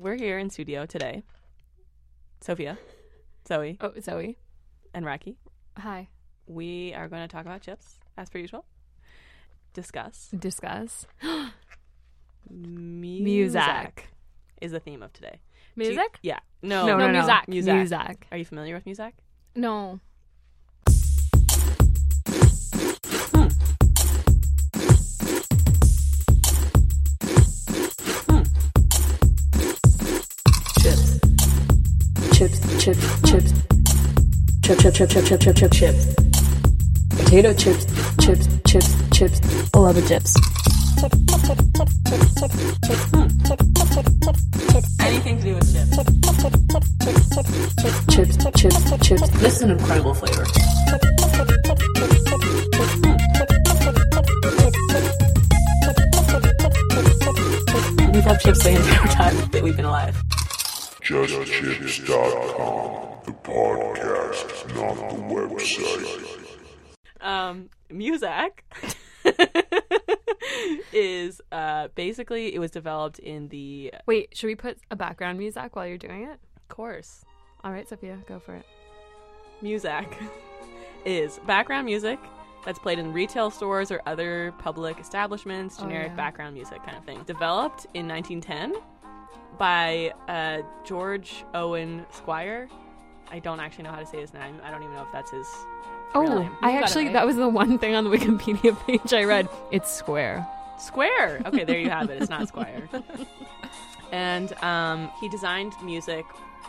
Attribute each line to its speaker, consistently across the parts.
Speaker 1: We're here in studio today. Sophia, Zoe,
Speaker 2: Oh, Zoe.
Speaker 1: and Raki.
Speaker 2: Hi.
Speaker 1: We are going to talk about chips, as per usual. Discuss.
Speaker 2: Discuss.
Speaker 1: Muzak is the theme of today. Do you-
Speaker 2: Music?
Speaker 1: yeah. No.
Speaker 2: No, no, no.
Speaker 1: Muzak.
Speaker 2: Muzak.
Speaker 1: Are you familiar with Muzak?
Speaker 2: No.
Speaker 3: chips, chips, chips, chip, chip, chip, chip, chip, chip, chip, chips. Potato chips, chips, chips, chips. I love the chips.
Speaker 1: Anything to do with chips.
Speaker 3: Chips, chips, chips.
Speaker 4: This is an incredible flavor. We've had chips the entire time that we've been alive.
Speaker 5: JustChips.com, the podcast, not the website.
Speaker 1: um, Muzak is uh, basically it was developed in the
Speaker 2: Wait, should we put a background music while you're doing it?
Speaker 1: course.
Speaker 2: All right, Sophia, go for it.
Speaker 1: Muzak is background music that's played in retail stores or other public establishments,
Speaker 2: Oh,
Speaker 1: generic
Speaker 2: yeah.
Speaker 1: background music kind of thing. Developed in 1910 by uh, George Owen Squire. I don't actually know how to say his name. I don't even know if that's his.
Speaker 2: Oh,
Speaker 1: Really?
Speaker 2: I
Speaker 1: You got it
Speaker 2: actually,
Speaker 1: right.
Speaker 2: that was the one thing on the Wikipedia page I read. It's square.
Speaker 1: Square. Okay, there you have it. It's not Squire. and um, he designed music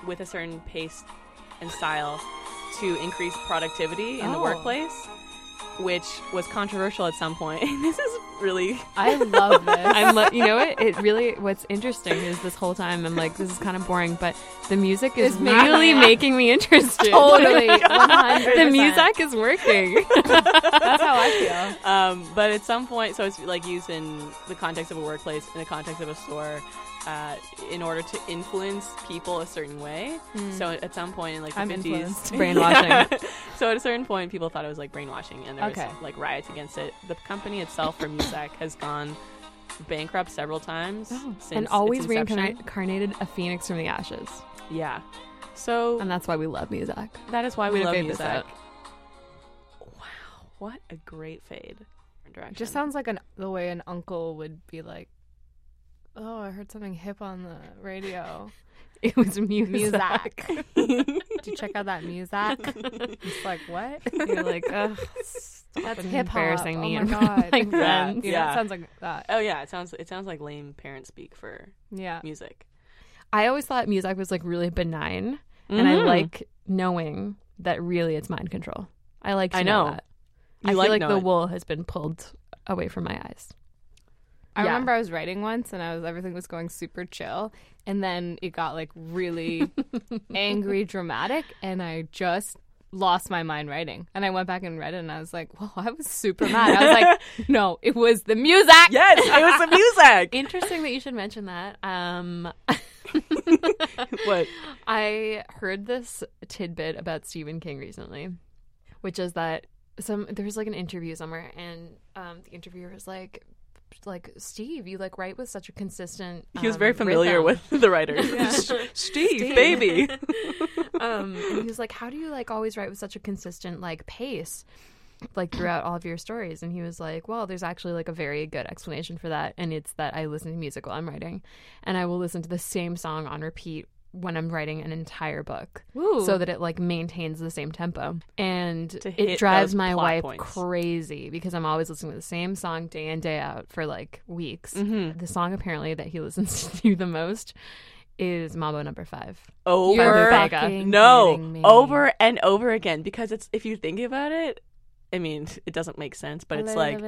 Speaker 1: with a certain pace and style to increase productivity in the
Speaker 2: Oh.
Speaker 1: workplace, which was controversial at some point. this is really
Speaker 2: I love this. I'm lo- you know what? It really, what's interesting is this whole time I'm like, this is kind of boring, but the music is really making me interested.
Speaker 6: Totally,
Speaker 2: the
Speaker 6: 100%.
Speaker 2: music is working.
Speaker 6: That's how I feel.
Speaker 1: um, but at some point, so it's like used in the context of a workplace, in the context of a store, uh, in order to influence people a certain way. So at some point in like the
Speaker 6: Hmm. I'm
Speaker 1: 50s,
Speaker 6: influenced.
Speaker 2: Brainwashing.
Speaker 1: so at a certain point, people thought it was like brainwashing, and there
Speaker 6: Okay.
Speaker 1: was like riots against it. The company itself, for Muzak, has gone bankrupt several times since
Speaker 2: Oh, and
Speaker 1: its
Speaker 2: always
Speaker 1: inception.
Speaker 2: reincarnated a phoenix from the ashes.
Speaker 1: Yeah. So
Speaker 2: And that's why we love music.
Speaker 1: that is why
Speaker 2: I'm
Speaker 1: we
Speaker 2: gonna
Speaker 1: love
Speaker 2: fade this
Speaker 1: Muzak.
Speaker 2: out.
Speaker 1: Wow, what a great fade! Direction.
Speaker 6: It just sounds like an the way an uncle would be like, "Oh, I heard something hip on the radio.
Speaker 2: It was music.
Speaker 6: Muzak. Did you check out that Muzak?" It's like what?
Speaker 2: You're like, ugh,
Speaker 6: That's
Speaker 2: fucking
Speaker 6: hip hop.
Speaker 2: embarrassing me
Speaker 6: Oh
Speaker 2: in
Speaker 6: my
Speaker 2: front of
Speaker 6: god.
Speaker 2: my
Speaker 6: Yeah,
Speaker 2: friends.
Speaker 6: You know,
Speaker 1: Yeah.
Speaker 6: it sounds like that.
Speaker 1: Oh yeah, it sounds it sounds like lame parents speak for
Speaker 6: Yeah.
Speaker 1: music.
Speaker 2: I always thought music was like really benign, and I like knowing that really it's mind control. I like. To
Speaker 1: I know.
Speaker 2: that.
Speaker 1: You
Speaker 2: I
Speaker 1: like
Speaker 2: feel like the
Speaker 1: knowing.
Speaker 2: wool has been pulled away from my eyes.
Speaker 6: I
Speaker 2: Yeah.
Speaker 6: remember I was writing once and I was everything was going super chill and then it got like really angry dramatic and I just lost my mind writing. And I went back and read it and I was like, "Whoa, I was super mad." I was like, "No, it was the music."
Speaker 1: Yes, it was the
Speaker 2: Interesting that you should mention that. Um,
Speaker 1: music. what?
Speaker 2: I heard this tidbit about Stephen King recently, which is that some there was like an interview somewhere, and um, the interviewer was like, like Steve, you like write with such a consistent.
Speaker 1: He was
Speaker 2: um,
Speaker 1: very familiar
Speaker 2: rhythm."
Speaker 1: with the writer. Steve, baby.
Speaker 2: um, and he was like, how do you like always write with such a consistent like pace? like throughout all of your stories and he was like well there's actually like a very good explanation for that and it's that i listen to music while i'm writing and i will listen to the same song on repeat when i'm writing an entire book
Speaker 6: Ooh.
Speaker 2: so that it like maintains the same tempo and
Speaker 1: To hit
Speaker 2: it drives
Speaker 1: those
Speaker 2: my
Speaker 1: plot
Speaker 2: wife
Speaker 1: points.
Speaker 2: crazy because i'm always listening to the same song day in day out for like weeks
Speaker 1: Mm-hmm.
Speaker 2: the song apparently that he listens to the most is mambo number five
Speaker 1: Over
Speaker 2: fucking
Speaker 1: no,
Speaker 2: kidding me.
Speaker 1: over and over again because it's if you think about it, I mean, it doesn't make sense, but it's like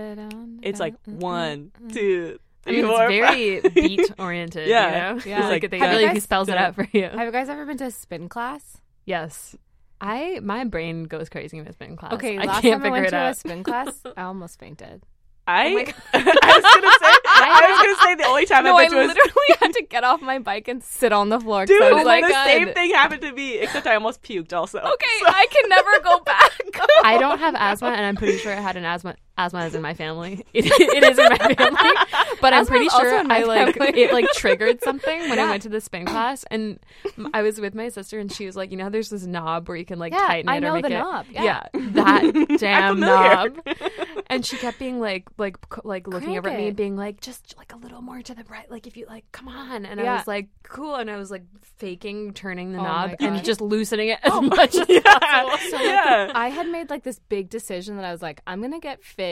Speaker 1: it's like one, two,
Speaker 2: I
Speaker 1: three,
Speaker 2: mean,
Speaker 1: four,
Speaker 2: it's very
Speaker 1: five.
Speaker 2: beat oh oriented.
Speaker 1: Yeah.
Speaker 2: you know?
Speaker 1: Yeah.
Speaker 2: like,
Speaker 1: Like,
Speaker 2: they
Speaker 1: have
Speaker 2: really
Speaker 6: you guys-
Speaker 2: spells it out for you.
Speaker 6: Have you guys ever been to a spin class?
Speaker 2: yes, I my brain goes crazy when it's been in class.
Speaker 6: Okay,
Speaker 2: I
Speaker 6: last
Speaker 2: can't
Speaker 6: time I
Speaker 2: figure
Speaker 6: went
Speaker 2: it
Speaker 6: to
Speaker 2: out.
Speaker 6: a spin class, I almost fainted.
Speaker 1: I,
Speaker 6: my God.
Speaker 1: I was gonna say, I was gonna say the only time
Speaker 6: no, I
Speaker 1: I've been to a
Speaker 6: literally had to get off my bike and sit on the floor. 'cause
Speaker 1: Dude,
Speaker 6: I
Speaker 2: Oh
Speaker 6: was like,
Speaker 1: the same
Speaker 6: "God."
Speaker 1: thing happened to me, except I almost puked also.
Speaker 6: Okay, I can never go back.
Speaker 2: I don't have asthma, and I'm pretty sure I had an asthma. Asthma is in my family. It, it is in my family, but I'm
Speaker 6: Asthma
Speaker 2: pretty
Speaker 6: is also
Speaker 2: sure
Speaker 6: in my
Speaker 2: I like
Speaker 6: family.
Speaker 2: it. Like triggered something when I went to the spin class, and m- I was with my sister, and she was like, "You know, there's this knob where you can like
Speaker 6: Yeah,
Speaker 2: tighten it
Speaker 6: I know
Speaker 2: or make
Speaker 6: the
Speaker 2: it-
Speaker 6: knob, yeah.
Speaker 2: that damn
Speaker 1: familiar.
Speaker 2: knob." And she kept being like, like, c- like looking
Speaker 6: Crank
Speaker 2: over at me
Speaker 6: it.
Speaker 2: and being like, "Just like a little more to the right, like if you like, come on." And I
Speaker 6: Yeah.
Speaker 2: was like, "Cool," and I was like faking turning the
Speaker 6: Oh my
Speaker 2: knob and
Speaker 6: God.
Speaker 2: just loosening it as much as
Speaker 1: Oh, Yeah.
Speaker 2: possible.
Speaker 1: yeah.
Speaker 6: I had made like this big decision that I was like, I'm gonna get fit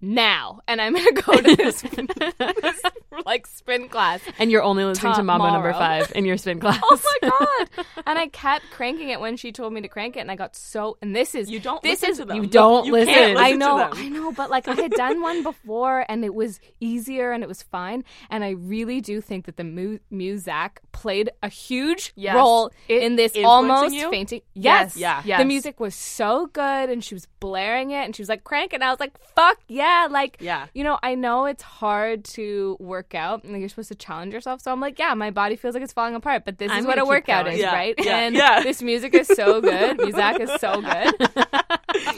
Speaker 6: now, and I'm gonna go to this, this like spin class.
Speaker 2: And you're only listening to Mambo number
Speaker 6: Tomorrow.
Speaker 2: five in your spin class.
Speaker 6: Oh my god! And I kept cranking it when she told me to crank it, and I got so. And this is
Speaker 1: You don't
Speaker 6: This
Speaker 1: listen
Speaker 6: is
Speaker 1: to them.
Speaker 2: you don't
Speaker 1: you Can't
Speaker 2: listen.
Speaker 1: listen
Speaker 6: I know,
Speaker 1: To them.
Speaker 6: I know, but like I had done one before, and it was easier and it was fine. And I really do think that the mu- Muzak played a huge
Speaker 2: Yes.
Speaker 6: role
Speaker 2: It
Speaker 6: in this
Speaker 1: influencing
Speaker 6: almost
Speaker 1: you?
Speaker 6: fainting.
Speaker 2: Yes.
Speaker 6: Yes,
Speaker 2: Yeah.
Speaker 6: The
Speaker 2: Yes.
Speaker 6: music was so good, and she was blaring it, and she was like cranking. I was like, "Fuck yeah!" Like,
Speaker 1: Yeah.
Speaker 6: you know, I know it's hard to work out, and you're supposed to challenge yourself. So I'm like, "Yeah, my body feels like it's falling apart, but this
Speaker 2: I'm
Speaker 6: is what
Speaker 2: gonna
Speaker 6: a
Speaker 2: keep
Speaker 6: workout
Speaker 2: going.
Speaker 6: is,
Speaker 1: Yeah.
Speaker 6: right?"
Speaker 1: Yeah.
Speaker 6: And
Speaker 1: Yeah.
Speaker 6: this music is so good. Muzak is so good.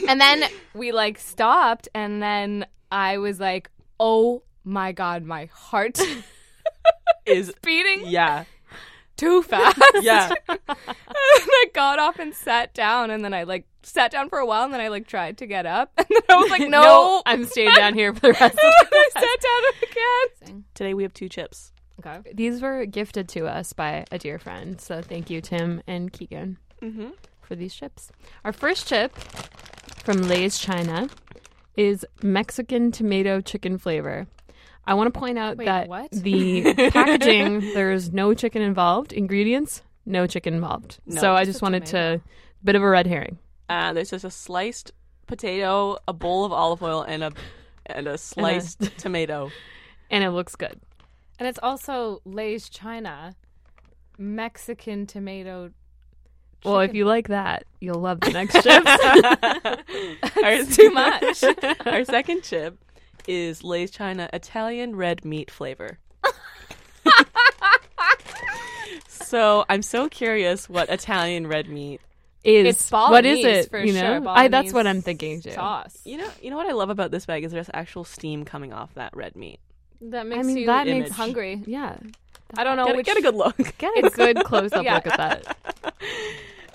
Speaker 6: And then we like stopped, and then I was like, oh my God, my heart
Speaker 1: Is
Speaker 6: beating
Speaker 1: yeah,
Speaker 6: too fast.
Speaker 1: yeah.
Speaker 6: and I got off and sat down, and then I like sat down for a while, and then I like tried to get up, and then I was like, no.
Speaker 1: Oh,
Speaker 2: Oh, I'm staying down here for the rest of
Speaker 6: and
Speaker 2: the
Speaker 6: then I sat down again.
Speaker 1: Today we have two chips.
Speaker 6: Okay.
Speaker 2: These were gifted to us by a dear friend. So thank you, Tim and Keegan,
Speaker 6: Mm-hmm.
Speaker 1: Mhm.
Speaker 2: for these chips. Our first chip from Lay's China is Mexican tomato chicken flavor. I want to point out
Speaker 6: Wait,
Speaker 2: that
Speaker 6: what?
Speaker 2: the packaging, there's no chicken involved. Ingredients, no chicken involved.
Speaker 1: No,
Speaker 2: so I
Speaker 6: just
Speaker 2: just
Speaker 6: a
Speaker 2: wanted to,
Speaker 6: tomato.
Speaker 2: bit of a red herring.
Speaker 1: Uh, there's just a sliced potato, a bowl of olive oil, and a and a sliced tomato.
Speaker 2: And it looks good.
Speaker 6: And it's also Lay's China Mexican tomato.
Speaker 2: Well, if you like that, you'll love the next chip.
Speaker 1: It's
Speaker 6: too much.
Speaker 1: Our second chip is Lay's China Italian red meat flavor. so I'm so curious what Italian red meat.
Speaker 2: Is
Speaker 6: It's
Speaker 2: what is
Speaker 6: Bolognese
Speaker 2: it?
Speaker 6: for
Speaker 2: you know,
Speaker 6: sure.
Speaker 2: I, that's what
Speaker 6: Bolognese
Speaker 2: I'm thinking too.
Speaker 6: Sauce.
Speaker 1: You know, you know what I love about this bag is there's actual steam coming off that red meat.
Speaker 6: That makes
Speaker 2: mean,
Speaker 6: you
Speaker 2: that
Speaker 1: makes-
Speaker 6: hungry.
Speaker 2: Yeah,
Speaker 6: I don't know
Speaker 1: Get, a-
Speaker 6: Oh, which.
Speaker 1: get a good look.
Speaker 2: get a good close up
Speaker 6: Yeah.
Speaker 2: look at that.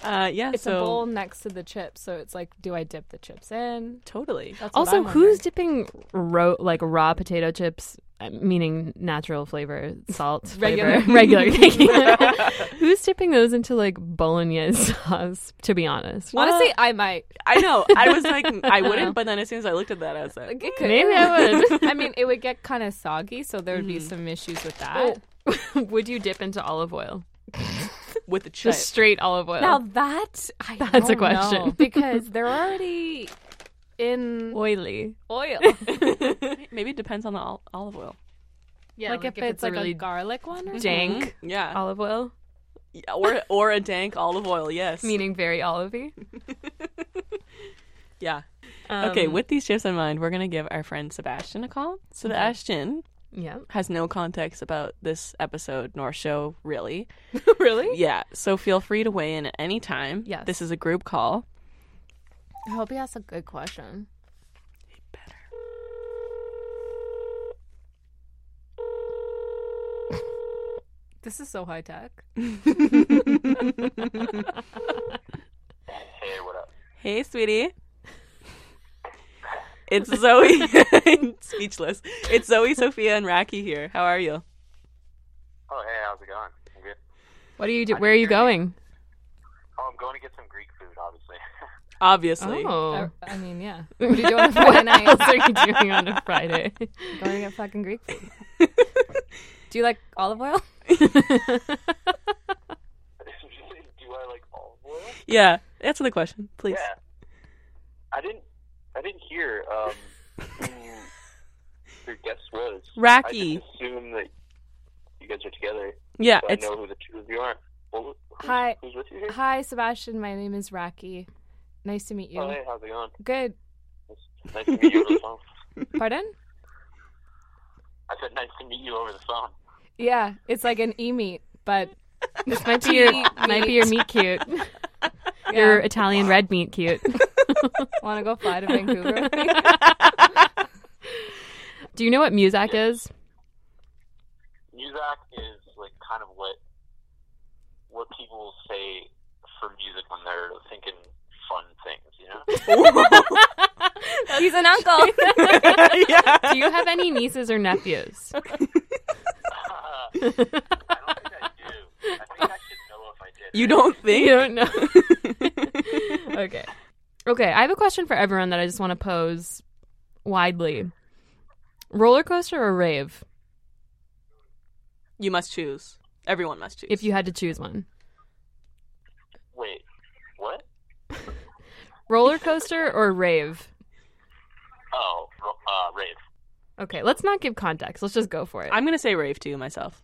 Speaker 1: Uh, yeah,
Speaker 6: It's
Speaker 1: so
Speaker 6: a bowl next to the chips, so it's like, do I dip the chips in?
Speaker 1: totally.
Speaker 6: That's what
Speaker 2: Also,
Speaker 6: I'm
Speaker 2: who's
Speaker 6: wondering.
Speaker 2: dipping ro- like raw potato chips, uh, meaning natural flavor, salt, flavor, regular, who's dipping those into like bolognese sauce? To be honest,
Speaker 6: honestly? I might.
Speaker 1: I know. I was like, I wouldn't, but then as soon as I looked at that, I was like,
Speaker 6: Like, it could-
Speaker 2: maybe I would.
Speaker 6: I mean, it would get kind of soggy, so there would be some issues with that.
Speaker 2: would you dip into olive oil?
Speaker 1: with the chip.
Speaker 2: Just straight olive oil.
Speaker 6: Now that I
Speaker 2: That's a
Speaker 6: don't
Speaker 2: question.
Speaker 6: know, because they're already in
Speaker 2: oily.
Speaker 6: oil.
Speaker 1: Maybe it depends on the ol- olive oil.
Speaker 2: Yeah,
Speaker 6: like, if, it's, like a garlic one, or
Speaker 2: dank
Speaker 1: Yeah.
Speaker 2: olive oil,
Speaker 1: Yeah, or or a dank olive oil. Yes.
Speaker 2: meaning very olivey.
Speaker 1: yeah.
Speaker 2: um,
Speaker 1: okay. With these chips in mind, we're gonna give our friend Sebastian a call. Sebastian
Speaker 2: Yeah.
Speaker 1: has no context about this episode nor show really.
Speaker 6: really?
Speaker 1: Yeah. So feel free to weigh in at any time.
Speaker 2: Yes.
Speaker 1: This is a group call.
Speaker 6: I hope he asks a good question. This is so high tech.
Speaker 1: Hey, sweetie. It's Zoe. Speechless. It's Zoe, Sophia, and Raki here. How are you?
Speaker 7: Oh, hey, how's it going? I'm good.
Speaker 2: What are you do? Where are you going?
Speaker 7: Oh, I'm going to get some Greek food, obviously.
Speaker 1: Obviously.
Speaker 2: Oh,
Speaker 6: I mean, yeah. What are you doing on a Friday night?
Speaker 2: what are you doing on a Friday?
Speaker 6: Going to get fucking Greek food. Do you like olive oil?
Speaker 7: Do I like olive oil?
Speaker 1: Yeah. Answer the question, please.
Speaker 7: Yeah. I didn't. I didn't hear um, who your guest was.
Speaker 1: Raki.
Speaker 7: I just assume that you guys are together.
Speaker 1: Yeah,
Speaker 7: but I
Speaker 1: it's
Speaker 7: know who the two of you are. Well, who's,
Speaker 6: Hi.
Speaker 7: Who's with you here?
Speaker 6: Hi, Sebastian. My name is Raki. Nice to meet you.
Speaker 7: Oh, hey, how's it going?
Speaker 6: Good.
Speaker 7: Nice- Nice to meet you over the phone.
Speaker 6: Pardon?
Speaker 7: I said nice to meet you over the phone.
Speaker 6: Yeah, it's like an e meat, but
Speaker 2: this might be your might be your meat cute. Your Italian red meat cute.
Speaker 6: want to go fly to Vancouver?
Speaker 2: Do you know what Muzak is?
Speaker 7: Muzak is like kind of what what people say for music when they're thinking fun things, you know?
Speaker 6: He's an uncle.
Speaker 1: yeah.
Speaker 2: Do you have any nieces or nephews?
Speaker 7: I don't think I do. I think I should know if I did.
Speaker 1: You don't think?
Speaker 2: You don't know. okay. Okay, I have a question for everyone that I just want to pose widely. Roller coaster or rave?
Speaker 1: You must choose. Everyone must choose.
Speaker 2: If you had to choose one.
Speaker 7: Wait, what?
Speaker 2: Roller coaster or rave?
Speaker 7: Oh, ro- uh, rave.
Speaker 2: Okay, let's not give context. Let's just go for it.
Speaker 1: I'm gonna say rave to you myself.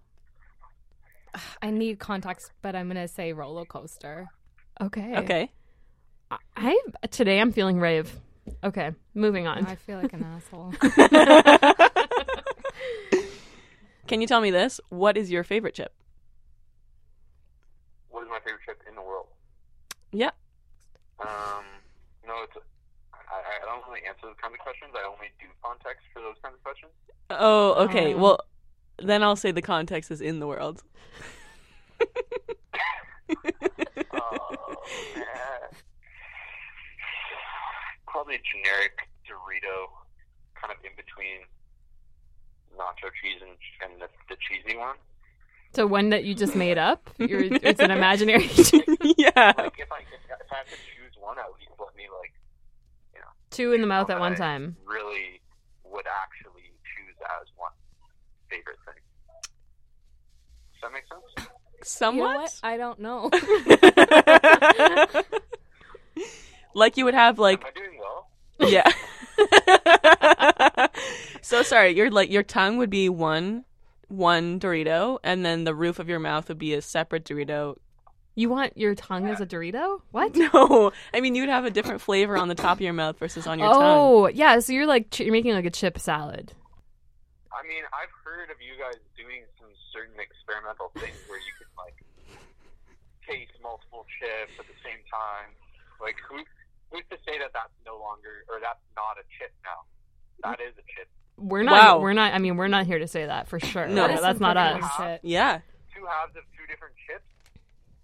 Speaker 6: I need contacts, but I'm gonna say roller coaster.
Speaker 2: okay.
Speaker 1: Okay.
Speaker 2: I today I'm feeling rave. Okay, moving on.
Speaker 6: I feel like an asshole.
Speaker 1: Can you tell me this? What is your favorite chip?
Speaker 7: What is my favorite chip in the world?
Speaker 1: Yeah.
Speaker 7: Um, no, it's. I, I don't really answer those kinds of questions. I only do context for those kinds of questions.
Speaker 1: Oh, okay. well, then I'll say the context is in the world.
Speaker 7: Uh, probably a generic Dorito, kind of in between nacho cheese and, and the, the cheesy one.
Speaker 2: So one that you just made up? You're, it's an imaginary. chip.
Speaker 1: yeah.
Speaker 7: Like if I if, if I have to choose one, at least let me like
Speaker 2: Two in the mouth at
Speaker 7: I
Speaker 2: Oh, one time.
Speaker 7: Really, would actually choose as one favorite thing. Does that make sense?
Speaker 6: You know
Speaker 1: Somewhat.
Speaker 6: what? I don't know.
Speaker 1: like you would have like
Speaker 7: Am I doing well?
Speaker 1: yeah. so sorry. Your like your tongue would be one one Dorito, and then the roof of your mouth would be a separate Dorito.
Speaker 2: You want your tongue as a Dorito? What?
Speaker 1: No, I mean you would have a different flavor on the top of your mouth versus on your tongue.
Speaker 2: Oh, yeah. So you're like ch- you're making like a chip salad.
Speaker 7: I mean, I've heard of you guys doing some certain experimental things where you can like taste multiple chips at the same time. Like, who, who's to say that that's no longer or that's not a chip now? That is a chip.
Speaker 2: We're not.
Speaker 1: Wow.
Speaker 2: We're not. I mean, we're not here to say that for sure.
Speaker 1: No.
Speaker 2: That- that's not us.
Speaker 6: Shit.
Speaker 1: Yeah,
Speaker 7: Two halves of two different chips.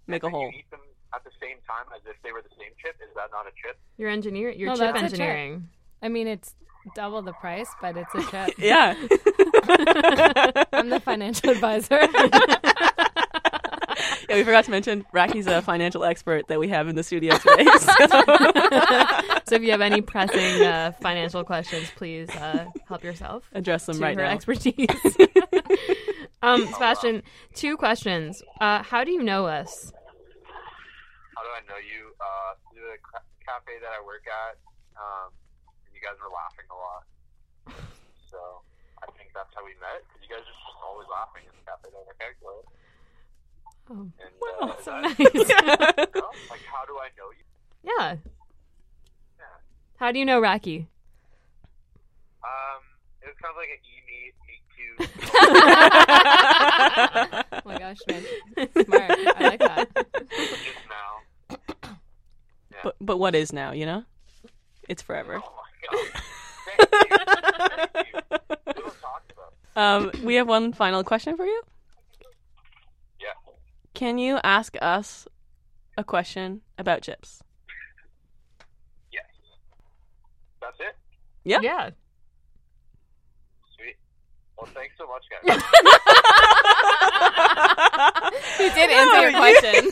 Speaker 1: make a
Speaker 7: and
Speaker 1: hole.
Speaker 7: You eat them at the same time as if they were the same chip. Is that not a chip?
Speaker 2: Your engineer. Your
Speaker 6: No,
Speaker 2: chip
Speaker 6: that's a chip.
Speaker 2: engineering.
Speaker 6: I mean, it's double the price, but it's a chip.
Speaker 1: Yeah.
Speaker 6: I'm the financial advisor.
Speaker 1: Yeah, we forgot to mention Raki's a financial expert that we have in the studio today. So
Speaker 2: so if you have any pressing uh, financial questions, please uh, help yourself.
Speaker 1: address them
Speaker 2: to
Speaker 1: right
Speaker 2: her
Speaker 1: now.
Speaker 2: expertise. um, Sebastian, two questions. Uh, how do you know us?
Speaker 7: How do I know you? Uh, through the ca- cafe that I work at, um, and you guys were laughing a lot. So I think that's how we met. Because you guys are just always laughing in the cafe that I work at. Glow.
Speaker 2: Oh.
Speaker 7: And, uh, is that- well, like, how do I know you?
Speaker 2: Yeah. How do you know Rocky?
Speaker 7: Um, it was kind of like an E meet, meet cute.
Speaker 6: oh my gosh, man. Smart. I like that.
Speaker 7: just now.
Speaker 1: But, but what is now, you know? It's forever.
Speaker 7: Oh my god. Thank you. Thank you. We don't talk about.
Speaker 1: Um, we have one final question for you.
Speaker 7: Yeah.
Speaker 1: Can you ask us a question about chips?
Speaker 7: Yes. That's it.
Speaker 1: Yep.
Speaker 2: Yeah.
Speaker 7: Sweet. Well, thanks so much, guys.
Speaker 6: He did answer your
Speaker 1: you-
Speaker 6: question.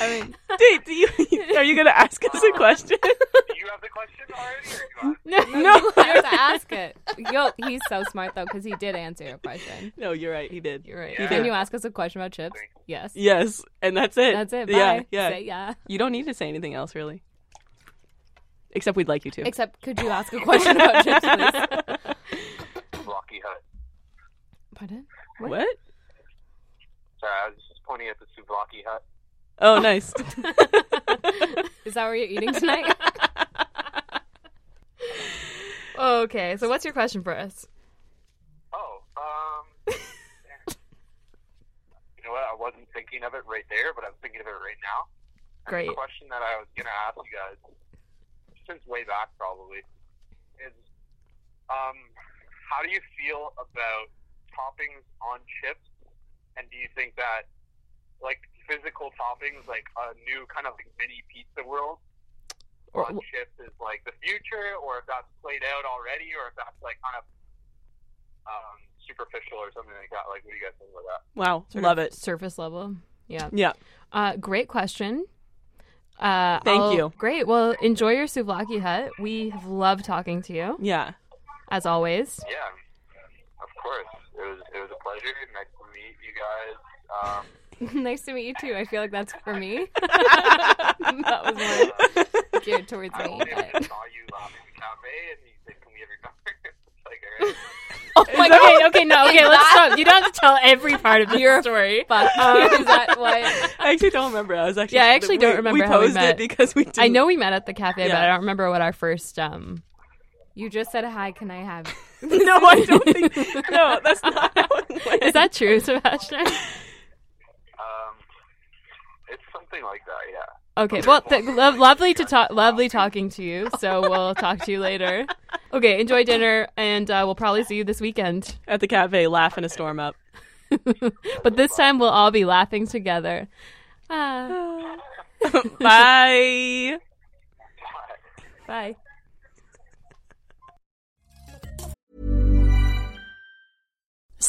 Speaker 6: I mean,
Speaker 1: Date, Oh, do you, are you going to ask us a question?
Speaker 7: Do you have the question already, or do you want?
Speaker 6: no, no. you have to ask it. Yo, he's so smart though because he did answer your question.
Speaker 1: no, you're right. He did.
Speaker 2: You're right.
Speaker 7: Yeah.
Speaker 6: Can you ask us a question about chips? Yes.
Speaker 1: Yes, and that's it.
Speaker 6: That's it. Bye.
Speaker 1: Yeah, yeah.
Speaker 6: Say yeah.
Speaker 1: You don't need to say anything else, really. Except we'd like you to.
Speaker 6: Except, could you ask a question about chips, please?
Speaker 7: Rocky Hut.
Speaker 6: Pardon?
Speaker 1: what?
Speaker 7: Sorry, I was just pointing at the Souvlaki Hut.
Speaker 1: Oh, nice.
Speaker 6: Is that where you're eating tonight?
Speaker 2: Okay, so what's your question for us?
Speaker 7: Oh, um, you know what? I wasn't thinking of it right there, but I'm thinking of it right now.
Speaker 2: Great.
Speaker 7: The question that I was gonna ask you guys since way back probably is, um, how do you feel about toppings on chips? And do you think that like physical toppings, like a new kind of like mini pizza world?
Speaker 1: Or-
Speaker 7: on chips is like the future, or if that's played out already, or if that's like kind of um, superficial or something like that. Like, what do you guys think about that?
Speaker 1: Wow,
Speaker 6: Sort
Speaker 1: love
Speaker 6: of
Speaker 1: it.
Speaker 6: Surface level. Yeah.
Speaker 1: Yeah.
Speaker 6: Uh, great question. Uh,
Speaker 1: Thank you.
Speaker 6: Great. Well, enjoy your souvlaki hut. We have loved talking to you
Speaker 1: Yeah.
Speaker 6: as always.
Speaker 7: Yeah, of course. It was it was a pleasure. Nice to meet you guys. Um,
Speaker 6: nice to meet you too. I feel like that's for me. that was more geared towards
Speaker 7: I
Speaker 6: me.
Speaker 7: only ever
Speaker 6: but-
Speaker 7: saw you last in the cafe, and you said, "Can we have your number?" It's like, all right.
Speaker 6: okay, okay, no, okay, let's stop. You don't have to tell every part of
Speaker 2: Your
Speaker 6: your
Speaker 2: story.
Speaker 6: fuck. is that what?
Speaker 1: I actually don't remember. I was actually
Speaker 6: Yeah, I actually
Speaker 1: we-
Speaker 6: don't remember
Speaker 1: We
Speaker 6: how we
Speaker 1: posed
Speaker 6: met.
Speaker 1: it because we. Didn't.
Speaker 6: I know we met at the cafe, but
Speaker 1: Yeah.
Speaker 6: I don't remember what our first. um You just said hi. Can I have?
Speaker 1: no, I don't think. No, that's not how it went.
Speaker 6: Is that true, Sebastian?
Speaker 7: Um, it's something like that. Yeah.
Speaker 6: Okay, well, th- lo- lovely to talk, lovely talking to you. So we'll talk to you later. Okay, enjoy dinner, and uh, we'll probably see you this weekend.
Speaker 1: at the cafe, laughing a storm up.
Speaker 6: But this time we'll all be laughing together. Ah,
Speaker 1: Bye.
Speaker 6: bye.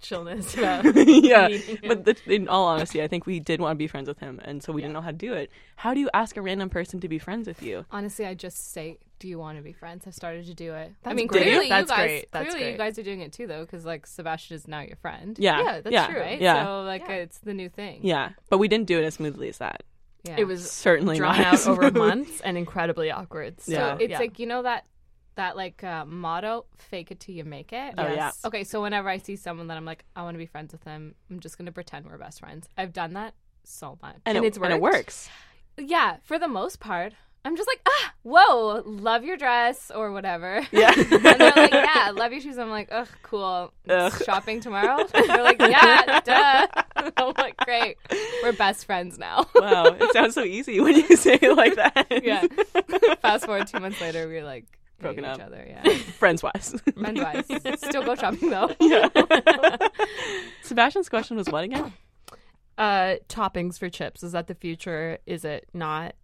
Speaker 2: chillness about
Speaker 1: yeah,
Speaker 2: meeting him.
Speaker 1: but the, in all honesty, I think we did want to be friends with him, and so we didn't know how to do it. How do you ask a random person to be friends with you?
Speaker 6: Honestly, I just say, "Do you want to be friends?" I've started to do it. I
Speaker 2: That's
Speaker 6: mean,
Speaker 2: great.
Speaker 6: clearly
Speaker 2: That's
Speaker 6: you guys,
Speaker 2: great. That's
Speaker 6: clearly
Speaker 2: great.
Speaker 6: you guys are doing it too, though, because like Sebastian is now your friend.
Speaker 1: Yeah,
Speaker 2: Yeah, that's true,
Speaker 6: Right.
Speaker 1: Yeah,
Speaker 6: So like, it's the new thing.
Speaker 1: yeah, but we didn't do it as smoothly as that.
Speaker 6: Yeah.
Speaker 2: it was
Speaker 1: Certainly
Speaker 2: drawn
Speaker 1: not
Speaker 2: out
Speaker 1: as
Speaker 2: over
Speaker 1: smooth.
Speaker 2: months and incredibly awkward. So,
Speaker 1: Yeah.
Speaker 6: So it's
Speaker 2: yeah.
Speaker 6: like you know that that like uh, motto, "Fake it till you make it."
Speaker 1: Oh, yeah.
Speaker 6: Okay, so whenever I see someone that I'm like, I want to be friends with them, I'm just gonna pretend we're best friends. I've done that so much,
Speaker 1: And, it,
Speaker 6: it's
Speaker 1: and it works.
Speaker 6: Yeah, for the most part, I'm just like, ah, whoa, love your dress or whatever.
Speaker 1: Yeah.
Speaker 6: and they're like, yeah, love your shoes. I'm like, ugh, cool.
Speaker 1: Ugh.
Speaker 6: Shopping tomorrow? They're like, yeah, duh. I'm like, great. We're best friends now.
Speaker 1: wow, it sounds so easy when you say it like that.
Speaker 6: yeah. Fast forward two months later, we are like
Speaker 1: Broken
Speaker 6: hating each
Speaker 1: up.
Speaker 6: other. Yeah,
Speaker 1: friends wise.
Speaker 6: friend wise. Still go shopping though.
Speaker 1: Yeah. Sebastian's question was what again?
Speaker 2: Uh, toppings for chips. Is that the future? Is it not?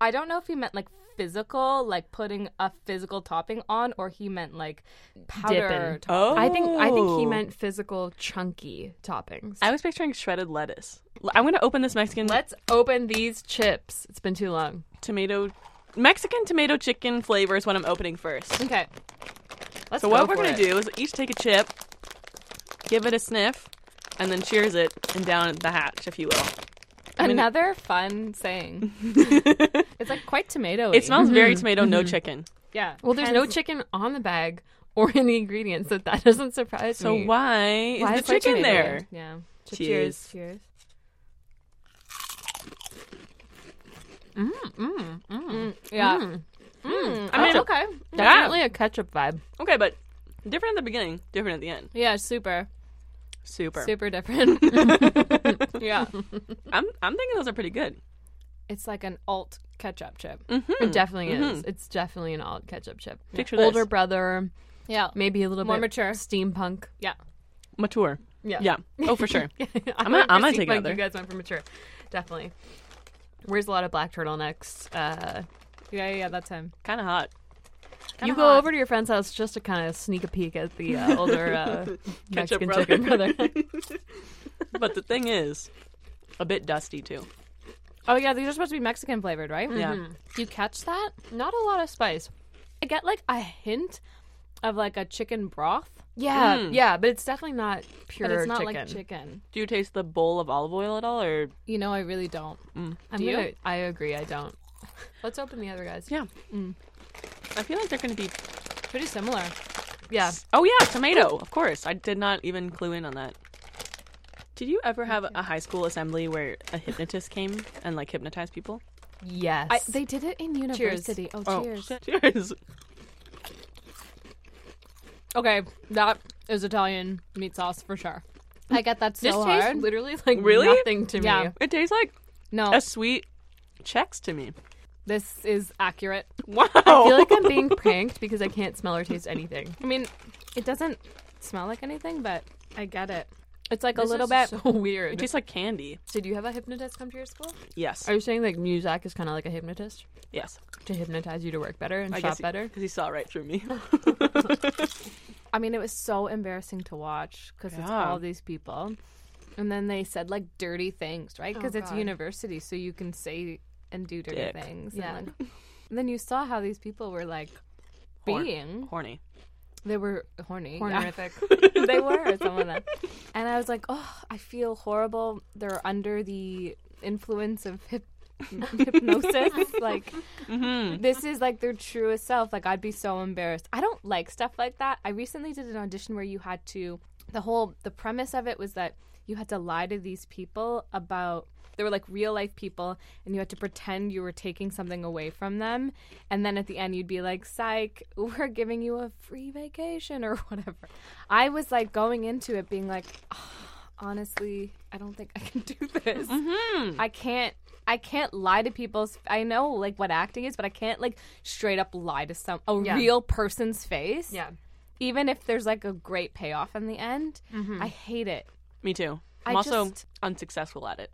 Speaker 6: I don't know if he meant like physical, like putting a physical topping on, or he meant like powder.
Speaker 2: Dipping.
Speaker 1: Oh,
Speaker 6: top-
Speaker 2: I think I think he meant physical chunky toppings.
Speaker 1: I was picturing shredded lettuce. L- I'm gonna open this Mexican
Speaker 2: Let's open these chips. It's been too long.
Speaker 1: tomato, Mexican tomato chicken flavor is what I'm opening first.
Speaker 2: Okay. Let's
Speaker 1: So
Speaker 2: go
Speaker 1: what we're
Speaker 2: for
Speaker 1: gonna
Speaker 2: it.
Speaker 1: do is each take a chip, give it a sniff, and then cheers it and down the hatch, if you will.
Speaker 6: Another fun saying. it's like quite tomato.
Speaker 1: It smells very tomato, no chicken.
Speaker 6: Yeah.
Speaker 2: Well, there's no chicken on the bag or in the ingredients, so that doesn't surprise
Speaker 1: So
Speaker 2: me.
Speaker 1: why is
Speaker 2: Mm-hmm. Why
Speaker 1: the
Speaker 2: is there
Speaker 1: chicken
Speaker 2: tomato in
Speaker 1: there?
Speaker 2: it?
Speaker 6: Yeah. So
Speaker 1: Cheers.
Speaker 6: Cheers.
Speaker 2: Mm,
Speaker 6: Mm, Yeah. Mm.
Speaker 1: I mean,
Speaker 6: Okay.
Speaker 1: definitely
Speaker 2: a ketchup vibe.
Speaker 1: okay, but different at the beginning, different at the end.
Speaker 6: Yeah. Super.
Speaker 1: Super.
Speaker 6: Super different. yeah.
Speaker 1: I'm I'm thinking those are pretty good.
Speaker 6: It's like an alt ketchup chip.
Speaker 2: It definitely is. It's definitely an alt ketchup chip.
Speaker 1: Picture
Speaker 2: Older
Speaker 1: this.
Speaker 2: brother,
Speaker 6: Yeah.
Speaker 2: maybe a little
Speaker 6: More
Speaker 2: bit
Speaker 6: mature.
Speaker 2: steampunk.
Speaker 6: Yeah.
Speaker 1: Mature.
Speaker 2: Yeah.
Speaker 1: Yeah. Oh, for sure.
Speaker 2: I'm
Speaker 1: gonna- I'm gonna take another.
Speaker 2: You guys went for mature. Definitely. Wears a lot of black turtlenecks. Uh,
Speaker 6: Yeah. Yeah. That's him.
Speaker 1: kind of hot.
Speaker 2: you go over to your friend's house just to kind of sneak a peek at the uh, older uh, Mexican
Speaker 1: brother.
Speaker 2: chicken brother.
Speaker 1: But the thing is, a bit dusty too.
Speaker 6: Oh yeah. These are supposed to be Mexican flavored, right?
Speaker 1: Yeah.
Speaker 6: Do you catch that?
Speaker 2: Not a lot of spice.
Speaker 6: I get like a hint of like a chicken broth,
Speaker 2: Yeah,
Speaker 1: Mm.
Speaker 2: yeah, but it's definitely not pure
Speaker 6: but it's not
Speaker 2: chicken.
Speaker 6: like chicken.
Speaker 1: Do you taste the bowl of olive oil at all, or
Speaker 6: You know, I really don't.
Speaker 1: Mm.
Speaker 2: I'm
Speaker 6: Do you?
Speaker 2: gonna- I agree. I don't. Let's open the other guys.
Speaker 1: Yeah. Mm. I feel like they're going to be.
Speaker 6: Pretty similar.
Speaker 2: Yeah.
Speaker 1: Oh yeah, tomato. Of course. I did not even clue in on that. Did you ever have a high school assembly where a hypnotist came and like hypnotized people?
Speaker 2: Yes.
Speaker 6: I, they did it in university. Oh, cheers.
Speaker 1: Cheers.
Speaker 6: Okay, that is Italian meat sauce for sure. I get that so
Speaker 2: this tastes
Speaker 6: hard.
Speaker 2: literally like
Speaker 1: Really?
Speaker 2: nothing to me.
Speaker 6: Yeah.
Speaker 1: It tastes like
Speaker 6: no,
Speaker 1: a sweet checks to me.
Speaker 6: this is accurate.
Speaker 1: Wow.
Speaker 2: I feel like I'm being pranked because I can't smell or taste anything.
Speaker 6: I mean, it doesn't smell like anything, but I get it. It's like
Speaker 2: This
Speaker 6: a little
Speaker 2: is
Speaker 6: bit.
Speaker 2: so weird.
Speaker 1: it tastes like candy.
Speaker 2: Did you have a hypnotist come to your school?
Speaker 1: Yes.
Speaker 2: Are you saying like Muzak is kind of like a hypnotist
Speaker 1: yes.
Speaker 2: to hypnotize you to work better and
Speaker 1: I
Speaker 2: shop
Speaker 1: guess
Speaker 2: better?
Speaker 1: Because he saw right through me. Um,
Speaker 6: I mean, it was so embarrassing to watch because it's
Speaker 1: Yeah.
Speaker 6: all these people, and then they said like dirty things, right?
Speaker 2: Oh,
Speaker 6: Because it's university, so you can say and do dirty
Speaker 1: Dick.
Speaker 6: things.
Speaker 2: Yeah.
Speaker 6: And, like, and then you saw how these people were like
Speaker 1: Horn-
Speaker 6: being.
Speaker 1: Horny.
Speaker 6: They were horny. yeah.
Speaker 2: Horrific.
Speaker 6: they were some of them. And I was like, oh, I feel horrible. They're under the influence of hip- hypnosis. like, this is like their truest self. Like, I'd be so embarrassed. I don't like stuff like that. I recently did an audition where you had to, the whole, the premise of it was that you had to lie to these people about. They were like real life people, and you had to pretend you were taking something away from them. And then at the end, you'd be like, psych, we're giving you a free vacation or whatever. I was like going into it being like, honestly, I don't think I can do this.
Speaker 2: Mm-hmm.
Speaker 6: I can't. I can't lie to people. I know like what acting is, but I can't like straight up lie to some a
Speaker 2: Yeah.
Speaker 6: real person's face.
Speaker 2: yeah.
Speaker 6: Even if there's like a great payoff in the end,
Speaker 2: Mm-hmm.
Speaker 6: I hate it.
Speaker 1: Me too. I'm
Speaker 6: I
Speaker 1: also
Speaker 6: just-
Speaker 1: unsuccessful at it.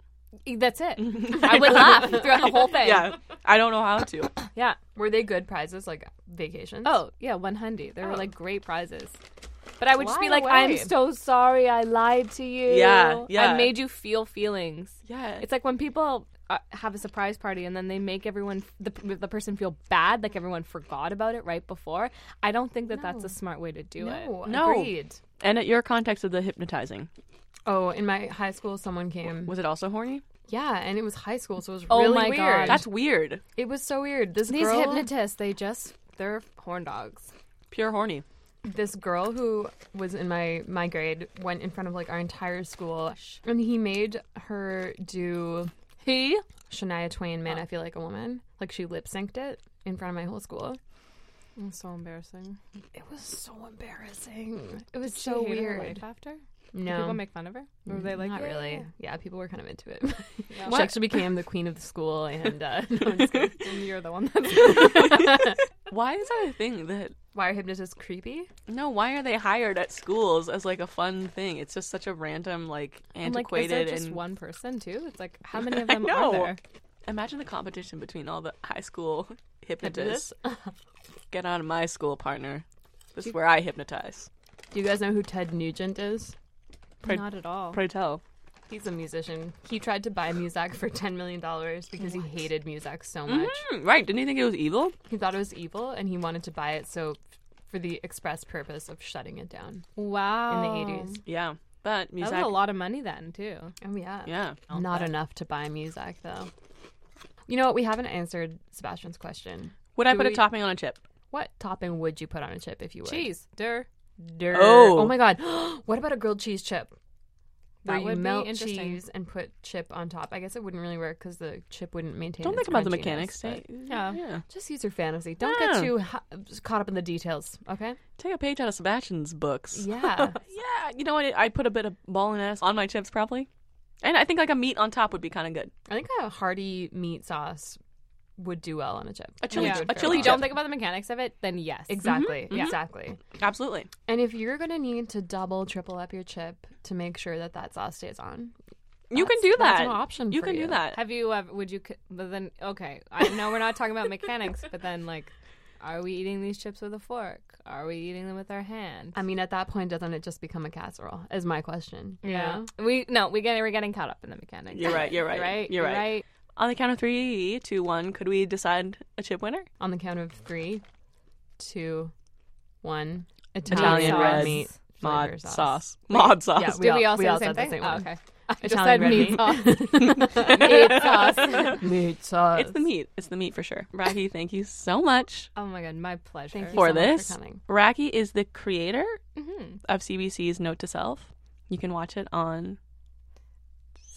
Speaker 6: That's it. I would laugh throughout the whole thing.
Speaker 1: Yeah. I don't know how to.
Speaker 6: Yeah.
Speaker 2: Were they good prizes like vacations?
Speaker 6: Oh yeah, one hundred. There were like great prizes. But I would just be
Speaker 2: Why
Speaker 6: like, I'm
Speaker 2: away?
Speaker 6: so sorry, I lied to you.
Speaker 1: Yeah, yeah.
Speaker 6: I made you feel feelings.
Speaker 1: Yeah.
Speaker 6: It's like when people uh, have a surprise party and then they make everyone the, the person feel bad, like everyone forgot about it right before. I don't think that that's a smart way to do
Speaker 2: no.
Speaker 6: it.
Speaker 1: No.
Speaker 2: Agreed.
Speaker 1: and at your context of the hypnotizing,
Speaker 2: Oh, in my high school, someone came.
Speaker 1: was it also horny?
Speaker 2: yeah, and it was high school, so it was
Speaker 6: Oh
Speaker 2: really
Speaker 6: my
Speaker 2: weird.
Speaker 6: God.
Speaker 1: That's weird.
Speaker 2: It was so weird. This
Speaker 6: These
Speaker 2: girl,
Speaker 6: hypnotists, they just they're horn dogs.
Speaker 1: Pure horny.
Speaker 2: this girl who was in my my grade, went in front of like our entire school, and he made her do
Speaker 6: He?
Speaker 2: Shania Twain, "Man, I Feel Like a Woman." Like she lip synced it in front of my whole school.
Speaker 6: That's so embarrassing.
Speaker 2: It was so embarrassing. It was so
Speaker 6: She hated her
Speaker 2: weird.
Speaker 6: life after? Did
Speaker 2: No,
Speaker 6: people make fun of her? Or were they like
Speaker 2: not
Speaker 6: "Yeah,
Speaker 2: really. Yeah.
Speaker 6: yeah,
Speaker 2: people were kind of into it. She actually became the queen of the school, and uh, no, I'm just kidding.
Speaker 6: yeah." And you're the one that
Speaker 1: Why is that a thing that
Speaker 2: Why are hypnotists creepy?
Speaker 1: No, why are they hired at schools as like a fun thing? It's just such a random, like
Speaker 6: And like, is there
Speaker 1: antiquated
Speaker 6: just
Speaker 1: and
Speaker 6: one person too? It's like how many of
Speaker 1: I
Speaker 6: them
Speaker 1: know.
Speaker 6: are there?
Speaker 1: Imagine the competition between all the high school hypnotists. Get out of my school, partner. This is where I hypnotize.
Speaker 2: Do you guys know who Ted Nugent is?
Speaker 6: Not at all.
Speaker 1: Pray tell.
Speaker 2: He's a musician. He tried to buy Muzak for $10 million because he hated Muzak so much.
Speaker 6: Mm-hmm.
Speaker 1: Hmm, right? Didn't you think it was evil?
Speaker 2: He thought it was evil and he wanted to buy it so for the express purpose of shutting it down in
Speaker 6: wow.
Speaker 2: the 80s.
Speaker 1: Yeah, but
Speaker 6: That
Speaker 1: music.
Speaker 6: was a lot of money then too.
Speaker 2: Oh, yeah.
Speaker 1: Yeah,
Speaker 2: Not enough to buy Muzak, though. You know what? We haven't answered Sebastian's question.
Speaker 1: Would I
Speaker 2: Do
Speaker 1: put a
Speaker 2: we-
Speaker 1: topping on a chip?
Speaker 2: What topping would you put on a chip if you would?
Speaker 6: Cheese, der, der.
Speaker 1: Oh.
Speaker 2: Oh my god. what about a grilled cheese chip?
Speaker 6: That
Speaker 2: Where you
Speaker 6: would be
Speaker 2: melt
Speaker 6: interesting.
Speaker 2: cheese and put chip on top. I guess it wouldn't really work because the chip wouldn't maintain.
Speaker 1: Don't
Speaker 2: its
Speaker 1: think about the
Speaker 2: crunchiness,
Speaker 1: mechanics.
Speaker 2: but-
Speaker 1: Take-
Speaker 6: Yeah.
Speaker 1: yeah.
Speaker 2: Just use your fantasy. Don't
Speaker 1: Yeah.
Speaker 2: get too ha- caught up in the details. Okay.
Speaker 1: Take a page out of Sebastian's books.
Speaker 2: Yeah.
Speaker 1: Yeah, you know what? I put a bit of bolognese on my chips probably, and I think like a meat on top would be kind of good.
Speaker 2: I think a hearty meat sauce would do well on a chip.
Speaker 1: A chili,
Speaker 6: Yeah.
Speaker 1: a
Speaker 2: If
Speaker 1: chili
Speaker 2: you
Speaker 6: You
Speaker 1: chip.
Speaker 6: don't think about the mechanics of it, then yes, Mm-hmm.
Speaker 2: Exactly. Exactly.
Speaker 1: Absolutely.
Speaker 2: And if you're gonna need to double, triple up your chip to make sure that that sauce stays on,
Speaker 1: you can
Speaker 2: that's-
Speaker 1: do that.
Speaker 2: that's an option
Speaker 1: You
Speaker 2: for
Speaker 1: can
Speaker 2: you.
Speaker 1: do that.
Speaker 6: Have you? uh, ever would you? c- But then, okay. I know we're not talking about mechanics, but then, like, are we eating these chips with a fork? Are we eating them with our hand?
Speaker 2: I mean, at that point, doesn't it just become a casserole? Is my question. you know?
Speaker 6: We no. We get we're getting caught up in the mechanics.
Speaker 1: You're right. You're right.
Speaker 6: Right.
Speaker 1: You're right. On the count of three, two, one, could we decide a chip winner?
Speaker 2: On the count of three, two, one.
Speaker 1: Italian
Speaker 6: sauce.
Speaker 1: red
Speaker 2: meat
Speaker 1: mod
Speaker 2: flavor
Speaker 1: sauce.
Speaker 2: sauce.
Speaker 1: Mod sauce.
Speaker 2: Yeah,
Speaker 6: Did we,
Speaker 2: all-
Speaker 6: all
Speaker 2: we
Speaker 6: say the
Speaker 2: all
Speaker 6: same
Speaker 2: said the
Speaker 6: thing?
Speaker 2: same
Speaker 6: Oh,
Speaker 2: one.
Speaker 6: okay. I
Speaker 2: Italian
Speaker 6: just said meat sauce. meat sauce.
Speaker 2: Meat sauce.
Speaker 1: It's the meat. It's the meat for sure. Racky, thank you so much
Speaker 6: Oh my god, my pleasure.
Speaker 2: Thank you
Speaker 1: for
Speaker 2: so much
Speaker 1: this.
Speaker 2: coming. Mm-hmm.
Speaker 1: Racky is the creator of CBC's Note to Self. You can watch it on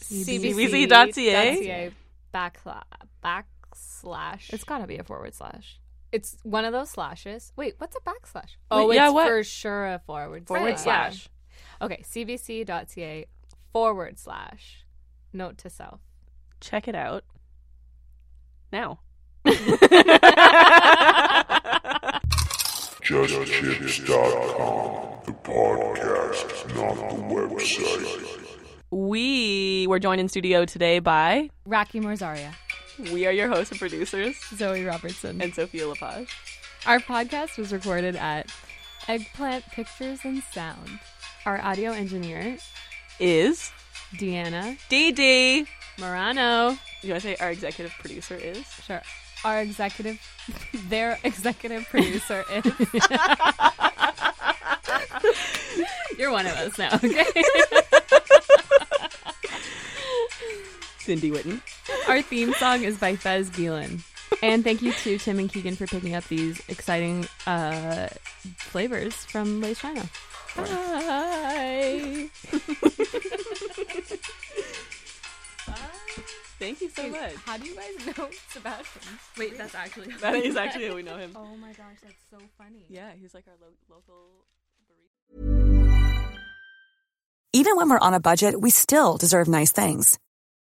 Speaker 6: CBC.ca backla- backslash.
Speaker 2: It's got to be a forward slash.
Speaker 6: It's one of those slashes. Wait, what's a backslash? Oh,
Speaker 1: yeah,
Speaker 6: it's
Speaker 1: what?
Speaker 6: for sure a forward
Speaker 1: forward
Speaker 6: slash.
Speaker 1: slash.
Speaker 6: Yeah. Okay, cbc.ca forward slash note to self.
Speaker 1: Check it out now.
Speaker 5: JustChips.com. The podcast, not the website.
Speaker 1: We were joined in studio today by
Speaker 6: Rocky Morzaria,
Speaker 1: we are your hosts and producers
Speaker 6: Zoe Robertson.
Speaker 1: and Sophia Lepage.
Speaker 6: Our podcast was recorded at Eggplant Pictures and Sound.
Speaker 2: Our audio engineer,
Speaker 1: Is
Speaker 6: Deanna
Speaker 1: DD. Do
Speaker 6: Morano.
Speaker 1: you want to say our executive producer is?
Speaker 6: Sure. Our executive, their executive producer is. You're one of us now, okay?
Speaker 1: Cindy Witten.
Speaker 6: Our theme song is by Fez Gielan. And thank you to Tim and Keegan for picking up these exciting uh, flavors from Lace China. Bye.
Speaker 1: Uh, Thank you so much.
Speaker 6: How do you guys know Sebastian? Wait, that's actually.
Speaker 1: That is actually how we know him.
Speaker 6: Oh my gosh, that's so funny.
Speaker 1: Yeah, he's like our lo- local.
Speaker 8: Even when we're on a budget, we still deserve nice things.